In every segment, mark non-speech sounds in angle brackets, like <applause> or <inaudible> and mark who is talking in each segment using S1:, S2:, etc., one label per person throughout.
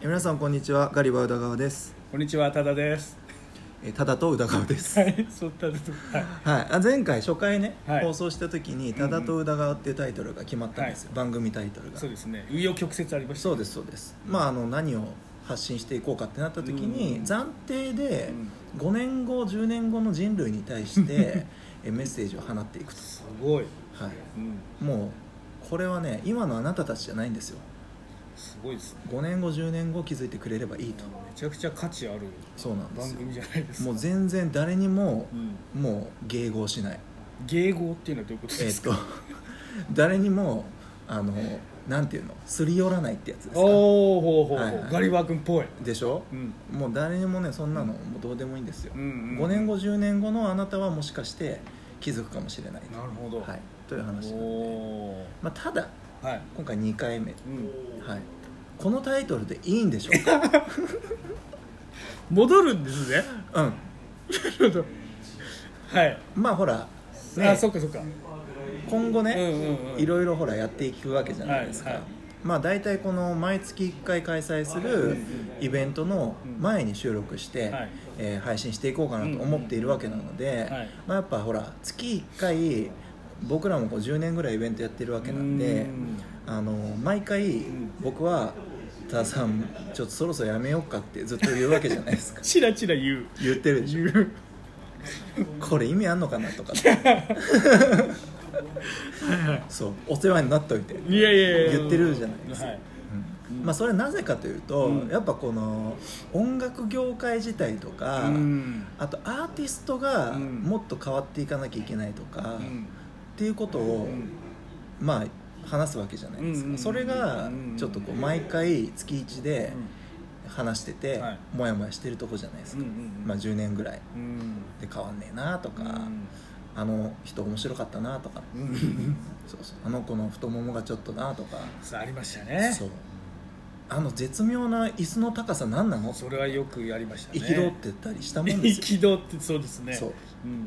S1: え皆さんこんにちはガリバ宇田川です
S2: こんにちは、ただです。
S1: えただと宇田川です
S2: は
S1: はい
S2: い、そうただと。はい。
S1: あ前回初回ね、
S2: はい
S1: 放送した時に「ただと宇田川」っていうタイトルが決まったんですよ、番組タイトルが
S2: そうですね。紆余曲折ありました。
S1: そうですそうですまああの何を発信していこうかってなった時に、
S2: うん
S1: 暫定で5年後10年後の人類に対して
S2: <laughs>
S1: えメッセージを放っていくと、
S2: すごい。
S1: は
S2: うん。
S1: い、もうこれはね今のあなたたちじゃないんですよ
S2: すごいですね。
S1: 5年後10年後気づいてくれればいいと
S2: めちゃくちゃ価値ある
S1: そうなんで
S2: 番
S1: すよ
S2: 組じゃないですか。
S1: もう全然誰にも
S2: うん。
S1: もう迎合しない
S2: 迎合っていうのはどういうこと
S1: え
S2: で
S1: っ
S2: す
S1: と <laughs>
S2: か。
S1: 誰にもあのなんていうのすり寄らないってやつですか
S2: おお、ほうほうほう、
S1: はいはい
S2: ガリバー君っぽい。
S1: でしょ
S2: うん。
S1: もう誰にもねそんなのもうどうでもいいんですよ、
S2: うんうん。
S1: 5年後10年後のあなたはもしかして気づくかもしれない
S2: なるほど。
S1: はい、という話なんで
S2: おお。
S1: まあ、ただ
S2: はい。
S1: 今回2回目、
S2: うん。
S1: はい、このタイトルでいいんでしょう
S2: <laughs>
S1: か
S2: 戻るんですね。
S1: うん
S2: はい。
S1: まあほら
S2: あ、
S1: ね
S2: そっかそっか。
S1: 今後ね、
S2: うんうんうん。
S1: いろいろほらやっていくわけじゃないですか、
S2: はいはい
S1: まあ大体この毎月1回開催するイベントの前に収録して、
S2: はい
S1: えー配信していこうかなと思っているわけなので、
S2: うんはい
S1: まあ、やっぱほら月1回僕らもこう10年ぐらいイベントやってるわけなんで
S2: うん
S1: あの毎回僕は「田さんちょっとそろそろやめようか」ってずっと言うわけじゃない
S2: <laughs>
S1: ですか
S2: チラチラ言う。
S1: 言ってるでしょ
S2: 言う。
S1: これ意味あんのかなとかってそうお世話になっといて
S2: <laughs> いやいやいや。
S1: 言ってるじゃないですか
S2: はい。
S1: うんまあ、それはなぜかというと、
S2: うん
S1: やっぱこの音楽業界自体とか、
S2: うん。
S1: あとアーティストが
S2: うん
S1: もっと変わっていかなきゃいけないとか、
S2: う
S1: っ
S2: ん
S1: ていうことを、まあ話すわけじゃないですか、
S2: うんうん
S1: それが
S2: うん
S1: ちょっとこう毎回月1で話してて、
S2: はい
S1: もやもやしてるとこじゃないですか、まあ、10年ぐらい
S2: うん
S1: で変わんねえなとか、あの人面白かったなとか
S2: うん
S1: そうそうあの子の太ももがちょっとなとか
S2: さあありましたね
S1: そうあの絶妙な椅子の高さ何なの
S2: それはよくやりましたね
S1: 憤ってたりしたもんですよ
S2: 憤ってそうですね
S1: そう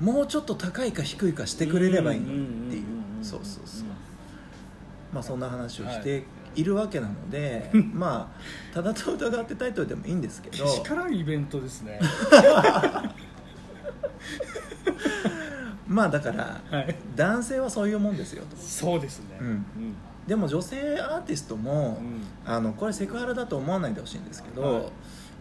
S2: うん
S1: もうちょっと高いか低いかしてくれればいいのにってい
S2: んんんん
S1: うんそうそうそう
S2: うん
S1: まあそんな話をしているわけなの
S2: <laughs>
S1: で、まあ「ただと疑って」タイトルでもいいんですけ
S2: け
S1: ど
S2: しからんイベントです
S1: <laughs>
S2: ね
S1: まあだから
S2: はい
S1: 男性はそういうもんですよと、
S2: そうですね
S1: うんでも女性アーティスト
S2: う
S1: も、
S2: ん
S1: あのこれセクハラだと思わないでほしいんですけど、
S2: はい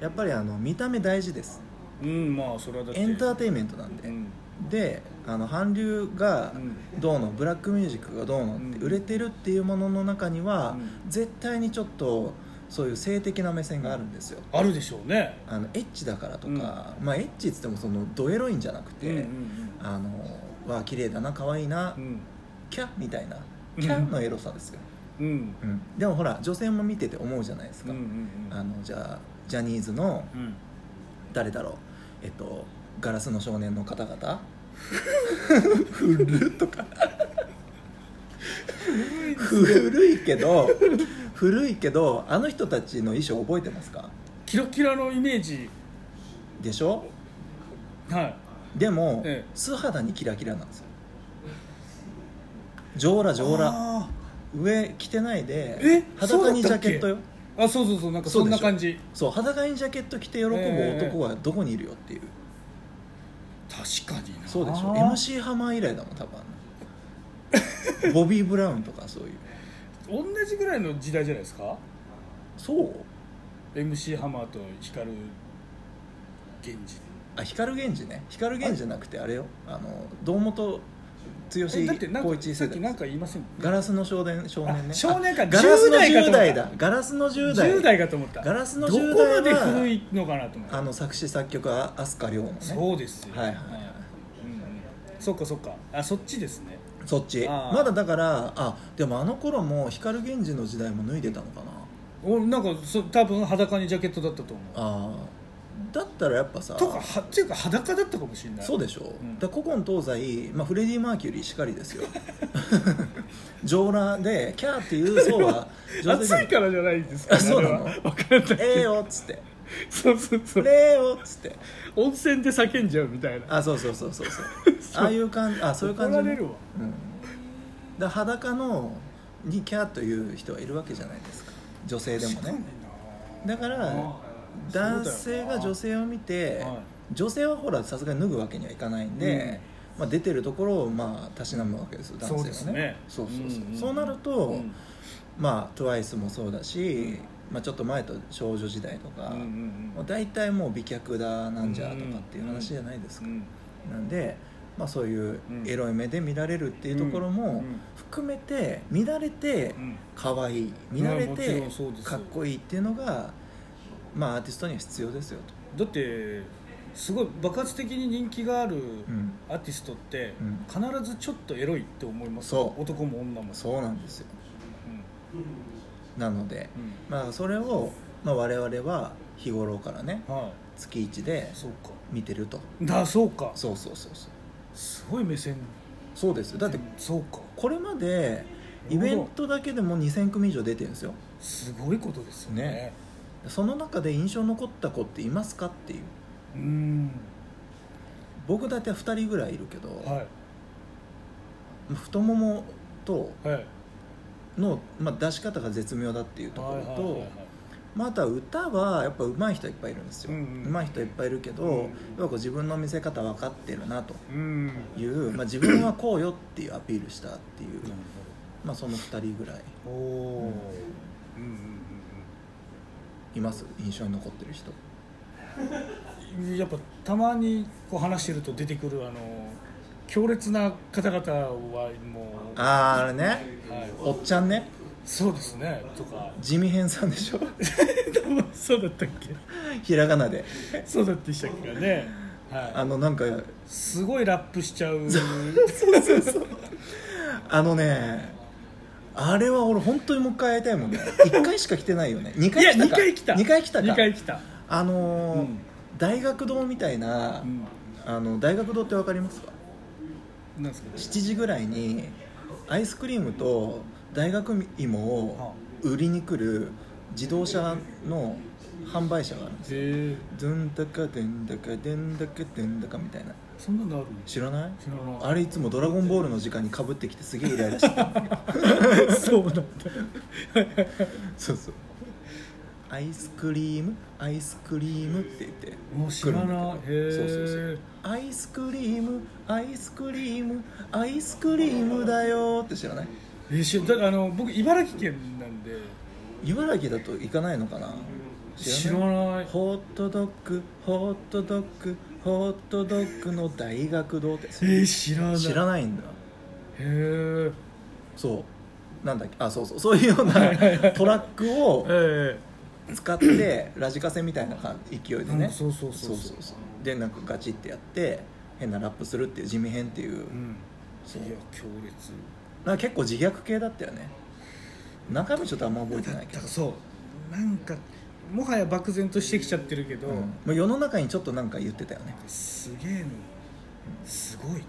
S1: やっぱりあの見た目大事です
S2: うんまあそれはだって
S1: エンター
S2: テ
S1: テインメントなんで、
S2: うん
S1: であの韓流が
S2: うん
S1: どうのブラックミュージックがどうのって
S2: うん
S1: 売れてるっていうものの中には、
S2: う
S1: 絶対にちょっとそういう性的な目線があるんですよ、
S2: あるでしょうね
S1: あのエッチだからとか、まあエッチっつってもそのドエロいんじゃなくて、
S2: うんうん
S1: あのわあ綺麗だな可愛いな、
S2: うん
S1: キャッみたいな
S2: うん
S1: キャッのエロさですよ、
S2: うん
S1: うんでもほら女性も見てて思うじゃないです
S2: うん
S1: か、
S2: うんうん
S1: あのじゃあジャニーズの
S2: うん
S1: 誰だろうえっとガラスの少年の方々古いけど古いけどあの人たちの衣装覚えてますか
S2: キラキラのイメージ
S1: でしょ
S2: はい
S1: でも、
S2: ええ
S1: 素肌にキラキラなんですよ上裸上裸
S2: あ
S1: 上着てないで
S2: え
S1: 裸にジ
S2: そうだ
S1: ャ
S2: った
S1: ケ
S2: っけ
S1: ットよ
S2: ーあそうそうそうなんかそんな感じ
S1: そう裸にジャケット着て喜ぶ
S2: ええ
S1: 男はどこにいるよっていう、
S2: 確かにな
S1: そうでしょ
S2: あー
S1: MC ハマー以来だもん多分あの <laughs> ボビー・ブラウンとかそういう
S2: 同じぐらいの時代じゃないですか
S1: そう
S2: MC ハマーと光源氏
S1: あ光源氏ね光源氏じゃなくてあれよあの堂本剛
S2: えだってなん
S1: 光
S2: か
S1: 一
S2: さ
S1: 世
S2: っき
S1: 代
S2: なんか言いません
S1: ガラスの少年少年ね
S2: あ少年か
S1: あガラスの
S2: 10
S1: 10代
S2: 代
S1: だ
S2: か
S1: ガラスの10代
S2: 10代かと思った
S1: ガラスの
S2: ど
S1: 10
S2: こ
S1: 代
S2: ま
S1: は
S2: で古いのかなと思った
S1: あの作詞作曲は飛鳥涼のね
S2: そうですよ
S1: はいはい
S2: うんうんそっかそっかあそっちですね
S1: そっち
S2: あー
S1: まだだからあでもあの頃も光源氏の時代も脱いでたのかな
S2: おなんかそ多分裸にジャケットだったと思う
S1: あーだったらやっぱさ
S2: とかはっていうか裸だったかもしれない
S1: そう
S2: で
S1: でしょ、
S2: うん
S1: だから古今東西、まあ、フレディ・マーキュリーしかり
S2: <laughs>
S1: ですよ上裸でキャーって
S2: <laughs>
S1: いう層は上手
S2: 暑いからじゃないですか
S1: あそうなの
S2: あれはわかんない
S1: ええよ」っつって
S2: そうそう
S1: 「
S2: そ
S1: プ
S2: う
S1: レーよ」っつって
S2: 温泉で叫んじゃうみたいな
S1: あそうそうそうそうそうああいう感じあそういう感じ
S2: 怒られるわ
S1: うん、だから裸のにキャーという人はいるわけじゃないですか女性でもね
S2: 確かにな
S1: だから男性が女性を見て、
S2: はい
S1: 女性はほらさすがに脱ぐわけにはいかないんで、まあ、出てるところをまあたしなむわけですよ男性はね
S2: そうですね
S1: そうそうそう,、
S2: うんうん
S1: そうなると、まあ TWICE もそうだし、まあ、ちょっと前と少女時代とか、もう大体もう美脚だなんじゃとかっていう話じゃないですか、なんで、まあ、そういうエロい目で見られるっていうところも含めて見られて可愛い見られ
S2: まあもち
S1: て
S2: ろんそうですよ
S1: かっこいいっていうのが、まあ、アーティストには必要ですよと。
S2: だってすごい爆発的に人気がある
S1: うん
S2: アーティストって
S1: うん
S2: 必ずちょっとエロいって思いますよ
S1: そう
S2: 男も女も
S1: そうなんですよ
S2: うん
S1: なので、
S2: う
S1: まあ、それを、まあ、我々は日頃からね
S2: んは
S1: 月1で
S2: いそうか
S1: 見てると
S2: だそうか
S1: そうそうそうそう
S2: すごい目線
S1: そうですよだって
S2: そうか
S1: これまでイベントだけでも2000組以上出てるんですよ
S2: すごいことですよね
S1: ねその中で印象残った子っていますかっていう
S2: うん
S1: 僕だって2人ぐらいいるけど、
S2: は
S1: 太ももと
S2: いはい
S1: の、まあ、出し方が絶妙だっていうところと、まあ、あとは歌はやっぱ上手い人はいっぱいいるんですよ、
S2: うんうん
S1: 上手い人はいっぱいいるけど、
S2: うん
S1: やっぱこう自分の見せ方分かってるなと
S2: うんなる <coughs>
S1: いう、まあ、自分はこうよっていうアピールしたっていう、
S2: ほ
S1: まあ、その2人ぐらい
S2: どおおうんうん
S1: います印象に残ってる人
S2: うんうんやっぱたまにこう話してると出てくるあの強烈な方々はもう
S1: あーあれね
S2: はい
S1: おっちゃんね
S2: そうですねとか <laughs>
S1: 地味編さんでしょ <laughs>
S2: そうだったっ
S1: ひらがなで
S2: けそうだったでしたっけね
S1: あ
S2: はい
S1: のなんか
S2: すごいラップしちゃう
S1: あのねあれは俺本当にもう一回会いたいもんね1回しか来てないよね2
S2: <laughs> いや
S1: 回来たか
S2: 2回来た
S1: 2回来たか
S2: 2回来た
S1: あのー
S2: うん
S1: 大学堂みたいな、
S2: うん
S1: あの大学堂ってわかりますか
S2: なんですか
S1: 7時ぐらいにアイスクリームと大学芋を売りに来る自動車の販売車があるんですよ
S2: へえ
S1: ドゥンダカデンダカデンダカデンダカみたいな
S2: そんなのある
S1: 知らない
S2: 知らない
S1: あれいつも「ドラゴンボール」の時間にかぶってきてすげえイライラしてた
S2: <laughs> そうなんだ
S1: <laughs> そうそうアイスクリームアイスクリームって言って
S2: もう知らない
S1: 来るんだけど
S2: へー
S1: そうそうそうアイスクリームアイスクリームアイスクリームだよって知らない
S2: えしだからあの僕茨城県なんで
S1: 茨城だと行かないのかな
S2: 知らない
S1: ホットドッグホットドッグホットドッグの大学堂って
S2: えー、知らない
S1: 知らないんだ
S2: へー
S1: そうなんだっけあそうそうそういうようなトラックを
S2: え
S1: 使
S2: <clears throat>
S1: ってラジカセみたいな感じ勢いで
S2: え
S1: ね
S2: そうそうそ
S1: そ
S2: う
S1: うそうそうでなんかガチってやって変なラップするっていう地味変っていう、
S2: うん
S1: そう
S2: いや強烈
S1: なんか結構自虐系だったよね中身ちょっとあんま覚えてないけ
S2: だ
S1: ど
S2: からそうなんかもはや漠然としてきちゃってるけど、
S1: うんまあ世の中にちょっとなんか言ってたよね
S2: すげえのすごいな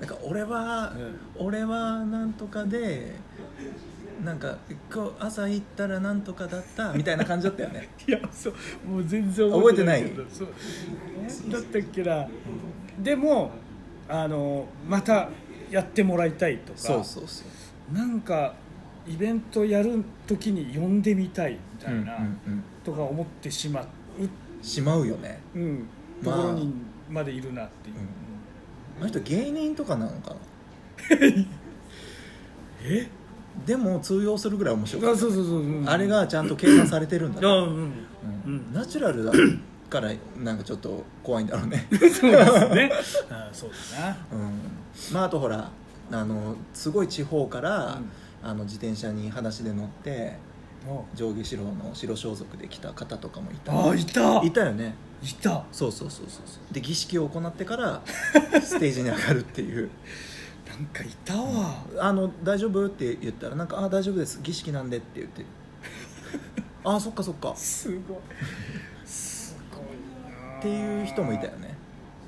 S1: なんか俺は、
S2: え
S1: 俺はなんとかでなんか今日朝行ったらなんとかだったみたいな感じだったよ
S2: <laughs>
S1: ね
S2: いやそうもう全然けど
S1: 覚
S2: そうえだったっけなでもあのまたやってもらいたいとか
S1: そうそうそう
S2: なんかイベントやる時に呼んでみたいみたいな、
S1: うんうんうん
S2: とか思ってしまう、
S1: しまうよね
S2: うん、と
S1: まあ
S2: ころにまでいるなっていう、
S1: うんあの人芸人とかなのかな
S2: え
S1: でも通用するぐらい面白か
S2: あ
S1: った
S2: そうそうそう、うん
S1: あれがちゃんと計算されてるんだ
S2: あ
S1: ね
S2: うん
S1: う
S2: うん
S1: んナチュラルだからなんかちょっと怖いんだろう
S2: <laughs>
S1: ね、
S2: そうですねあそうだな
S1: うん、まああとほらあのすごい地方から、
S2: うん
S1: あの自転車に裸足で乗って
S2: お
S1: 上下白の白装束で来た方とかもいた
S2: あいた
S1: いたよね
S2: いた
S1: そうそうそうそうそうで儀式を行ってから
S2: <laughs>
S1: ステージに上がるっていう
S2: なんかいたわ、
S1: 「あの大丈夫?」って言ったら「なんかあ大丈夫です儀式なんで」って言っ
S2: <laughs>
S1: て「あそっかそっか」
S2: すごいすごいな
S1: っていう人もいたよね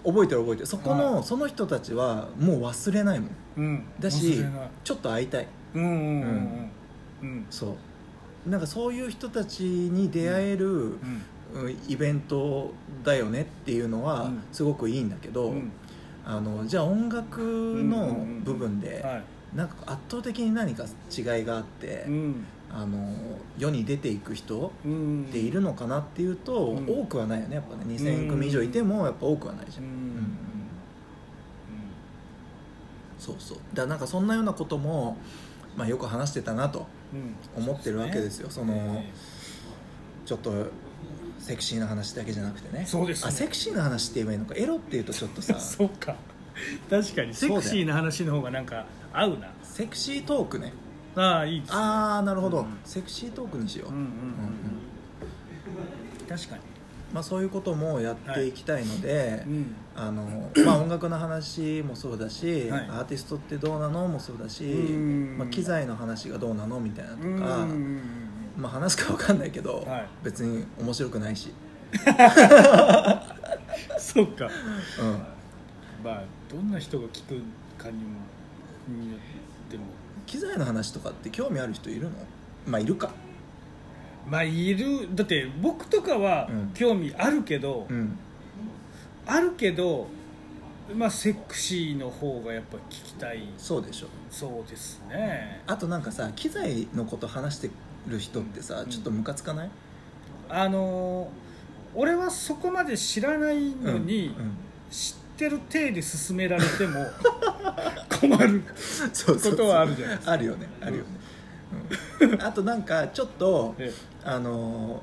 S1: 覚えてる覚えてるそこの、その人たちはもう忘れないもん
S2: うん
S1: だし
S2: 忘れない
S1: ちょっと会いたい
S2: うんうんうんうん
S1: そうなんかそういう人たちに出会える、
S2: うん
S1: うんイベントだよねっていうの
S2: う
S1: は
S2: ん
S1: すごくいいんだけど、
S2: うん
S1: あのじゃあ音楽の部分で
S2: はい
S1: なんか圧倒的に何か違いがあって、
S2: うん
S1: あの世に出ていく人
S2: うん
S1: っているのかなっていうと、
S2: うん
S1: 多くはないよねやっぱね2,000組以上いてもやっぱ多くはないじゃ、
S2: うん
S1: う
S2: ん
S1: んそうそうだからなんかそんなようなことも、まあ、よく話してたなと
S2: うん
S1: 思ってるわけですよそ
S2: うん
S1: のちょっとセクシーな話だけじゃなくてね
S2: そうですね
S1: あセクシーな話って言えばいいのかエロっていうとちょっとさ
S2: <laughs> そうか確かにセクシーな話の方がなんか合うな
S1: セクシートークね
S2: ああいいですね
S1: ああなるほど、
S2: うん
S1: セクシートークにしよう、
S2: うんうんうん確かに
S1: まあ、そういうこともやっていきたいので、
S2: うん
S1: あのまあ、音楽の話もそうだし、
S2: はい
S1: アーティストってどうなのもそうだし、
S2: うん
S1: まあ、機材の話がどうなのみたいなと
S2: うんうん
S1: か、まあ、話すか分かんないけど、
S2: はい
S1: 別に面白くないし、
S2: そうか
S1: うん、
S2: まあどんな人が聞くかにもによっても
S1: 機材の話とかって興味ある人いるのまあいるか、
S2: まあいるだって僕とかは
S1: うん
S2: 興味あるけど、
S1: うん、
S2: あるけどまあセクシーの方がやっぱ聞きたい
S1: そうでしょ
S2: そうですね
S1: あとなんかさ機材のこと話してる人ってさ、
S2: うん
S1: ちょっとムカつかない、
S2: あのー俺はそこまで知らないのに、
S1: うん
S2: 知ってる体で進められ
S1: <laughs>
S2: ても困る
S1: そうそうそう
S2: <laughs> ことはあるじゃないです
S1: あるよねあるよね、
S2: <laughs>
S1: うんあとなんかちょっと
S2: え
S1: あの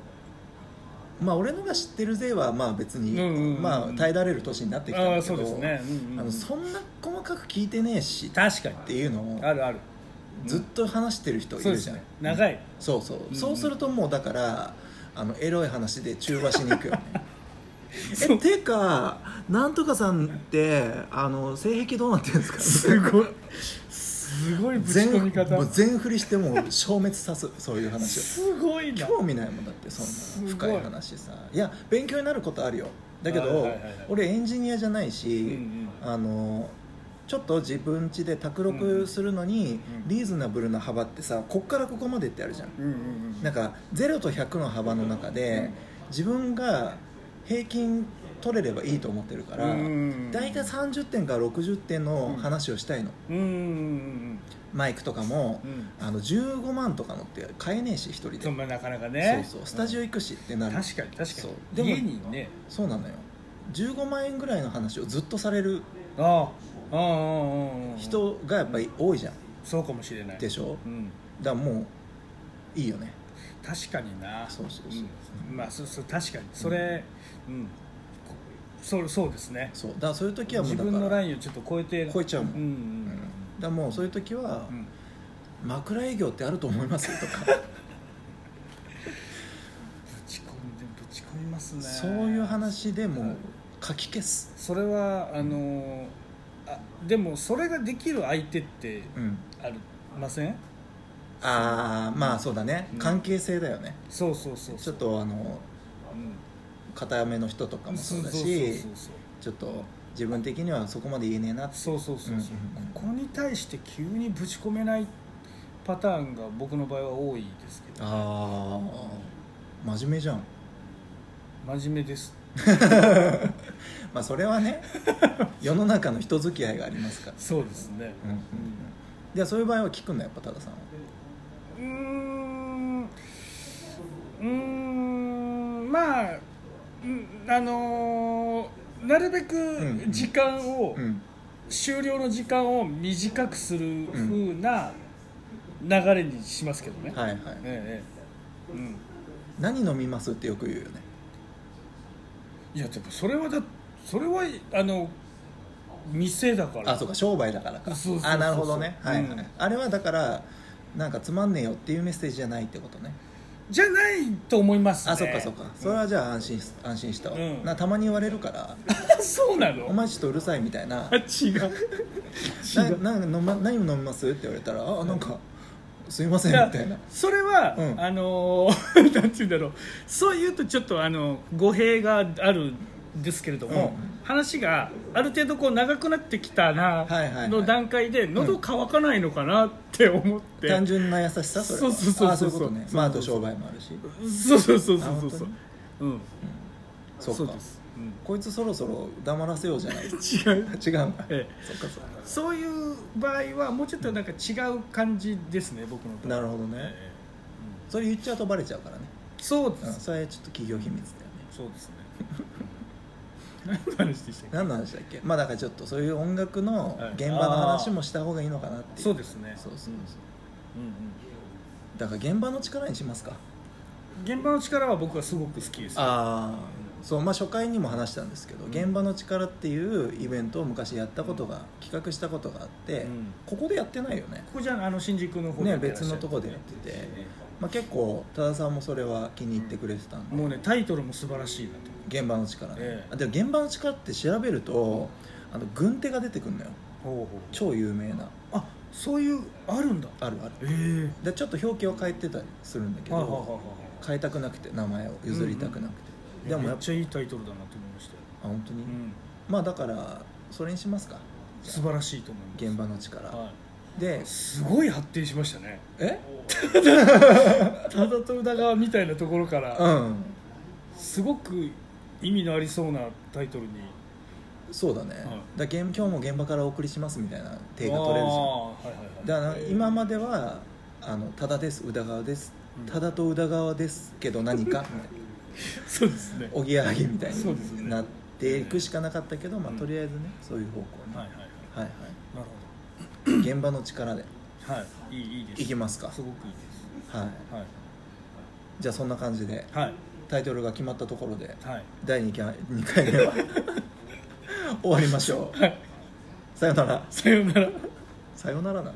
S1: ーまあ俺のが知ってる勢はまあ別に、
S2: うんうんうん
S1: まあ耐えられる年になってきたん
S2: あ
S1: だ
S2: あ
S1: け
S2: そ
S1: ど
S2: うですね、うんうん
S1: あのそんな細かく聞いてねえしっ
S2: 確かに
S1: ていうのを
S2: あるある
S1: ずっと話してる人い
S2: そう
S1: る
S2: で
S1: じ
S2: す
S1: ゃん、
S2: ね長い
S1: そうそう、
S2: うん
S1: そうするともうだからあのエロい話で中和しに行くよね
S2: <laughs> そ
S1: え
S2: う
S1: てかなんとかさんってあの性癖どうなってるんですか
S2: すごいすごいぶち込み
S1: 全も
S2: 方
S1: う全振りしてもう消滅さすそういう話を
S2: すごいな
S1: 興味ないもんだってそ
S2: す
S1: ん
S2: ご
S1: ない深い話さいや勉強になることあるよだけど、
S2: はいはいはいはい
S1: 俺エンジニアじゃないし、
S2: うんうん
S1: あのちょっと自分家で卓録するのに、
S2: うんうん
S1: リーズナブルな幅ってさこっからここまでってあるじゃん
S2: うんうんうん
S1: なんか0と100の幅の中で自分が平均取れればいいと思ってるから、
S2: うん
S1: 大体30点から60点の話をしたいの、
S2: うんうんうん
S1: マイクとかも、
S2: うんうん
S1: あの15万とかのって買えねえし一人で
S2: そんななかなかね
S1: そうそうスタジオ
S2: ん
S1: 行くしってなる、
S2: 確かに確か
S1: そう
S2: に
S1: でも
S2: 家にね
S1: そうなのよ15万円ぐらいの話をずっとされる
S2: ああああああ
S1: 人がやっぱり多いじゃん
S2: そうかもしれない
S1: でしょ
S2: うん
S1: だからもういいよね
S2: 確かにな
S1: そうそうそう、
S2: うんまあそそう確かにそれうんこそうそうですね
S1: そうだからそういう時はもう
S2: 自
S1: だから
S2: 分のラインをちょっと超えて
S1: 超えちゃうもん
S2: うん
S1: うんだからもうそういう時は
S2: うんうん
S1: 枕営業ってあると思いますよとか
S2: ぶち込んでぶち込みますね
S1: そういう話でもう書き消す
S2: それはあのーあでもそれができる相手って
S1: うん
S2: ありません
S1: ああまあそうだね、
S2: うん
S1: 関係性だよね
S2: そうそうそう
S1: ち
S2: そ
S1: ょ
S2: う
S1: っとあの固めの人とか
S2: うん
S1: も
S2: そ
S1: そうう
S2: そ
S1: だ
S2: うそう
S1: し
S2: そう
S1: ちょっと自分的にはそこまで言えねえなって
S2: そうそう
S1: う
S2: そうそう
S1: んうんうん
S2: ここに対して急にぶち込めないパターンが僕の場合は多いですけど
S1: ああ真面目じゃん
S2: 真面目です
S1: まあそれは
S2: <laughs>
S1: ね世の中の人付き合いがありますから、
S2: そうですね
S1: うんうんうん、じゃあそういう場合は聞くんだやっぱ多田さんは
S2: うーんうーんまあうんあのーなるべ
S1: ん
S2: く
S1: うん
S2: 時間を、
S1: うん
S2: 終了の時間を短くする風な流れにしますけどね、
S1: はいはい
S2: ええええうん、
S1: 何飲みますってよく言うよね
S2: いやでもそれはだそれはあの店だから
S1: あそうか商売だからか
S2: そうそうそうそう
S1: あなるほどねはいはい、
S2: うん
S1: あれはだからなんかつまんねえよっていうメッセージじゃないってことね
S2: じゃないと思いますね
S1: あそっかそっか、それはじゃあ安心し安心したわ、
S2: うん
S1: なたまに言われるから
S2: うん <laughs> そうなの
S1: お前ちょっとうるさいみたいな
S2: <laughs> あ
S1: <laughs>
S2: 違う違う
S1: なな飲ま何飲みますって言われたらあなんかすいません
S2: いや
S1: みたいな
S2: それは、
S1: うん
S2: あのー <laughs> なんて言うんだろうそう言うとちょっとあの語弊があるんですけれども、
S1: う
S2: 話がある程度こう長くなってきたな
S1: はいはいはい
S2: の段階で喉乾かないのかなって思って、
S1: 単純な優しさそれは
S2: そうそうそうそう
S1: あそういうことね
S2: そうそうそう
S1: まああと商売もあるし
S2: そうそうそうそうそう
S1: あ本当
S2: そう
S1: に
S2: うん
S1: そうか
S2: です、うん
S1: こいつそろそろ黙らせよう
S2: <laughs>
S1: じゃない違
S2: 違う
S1: うんだ
S2: ええ
S1: そっかそっか
S2: そういう場合はもうちょっとなんか違う感じですね僕の場合
S1: なるほどね
S2: ええ
S1: それ言っちゃうとバレちゃうからね、
S2: そうで
S1: うん、
S2: す、
S1: それはちょっと企業秘密だよね
S2: そう
S1: <laughs>
S2: ですね何の話でしたっ
S1: 何の話だっけまあだからちょっとそういう音楽の
S2: はい
S1: 現場の話もした方がいいのかなって
S2: け
S1: いう
S2: そうですね
S1: そうそうそう
S2: うんうん
S1: だから現場の力にしますか
S2: 現場の力は僕はすごく好きです
S1: ああそうまあ初回にも話したんですけど「現場の力」っていうイベントを昔やったことが企画したことがあって、
S2: うん
S1: ここでやってないよね、
S2: ここじゃああの新宿の方で
S1: ね
S2: やってらっしゃる
S1: 別のとこでやっててまあ、結構多田さんもそれは気に入ってくれてたんで、
S2: もうねタイトルも素晴らしいなと
S1: 現場の力ね、
S2: ええ
S1: あでも現場の力って調べるとあの軍手が出てくるのよ
S2: ほうほう
S1: 超有名な
S2: あそういうあるんだ
S1: あるある
S2: ええ
S1: でちょっと表記を変えてたりするんだけど、
S2: はあはあはあは
S1: 変えたくなくて名前を譲りたくなくて、
S2: あ
S1: でも
S2: め
S1: や
S2: っ
S1: っぱ
S2: ちゃいいタイトルだなと思いましたよ、
S1: あ本当に、
S2: うん、
S1: まあだからそれにしますかじゃ
S2: 素晴らしいと思い
S1: あ
S2: ます
S1: 現場の力、
S2: は
S1: で
S2: い、すごい発展しましたね
S1: え
S2: ただと宇田川みたいなところから、
S1: うん
S2: すごく意味のありそうなタイトルに
S1: そうだね、だから現今日も現場からお送りしますみたいな手が取れるじゃん
S2: あーはいはいはい、
S1: だから今までは「あのただです宇田川です
S2: うん
S1: ただと宇田川ですけど何
S2: <laughs>
S1: か」
S2: そうですね
S1: おぎやはぎみたい
S2: そうですね
S1: になっていくしかなかったけど、まあ、
S2: うん
S1: とりあえずねそういう方向に、
S2: はい
S1: はいい
S2: ははい
S1: はい
S2: な
S1: <clears throat>
S2: る
S1: 現場の力で
S2: ほどはいいいいいです
S1: いきますか
S2: すごくいいです
S1: はい
S2: はい
S1: じゃあそんな感じで
S2: はい
S1: タイトルが決まったところで
S2: はい
S1: 第 2, 回2回目は <laughs> 終わりましょう、
S2: はい
S1: さよなら
S2: さようなら
S1: さよならなの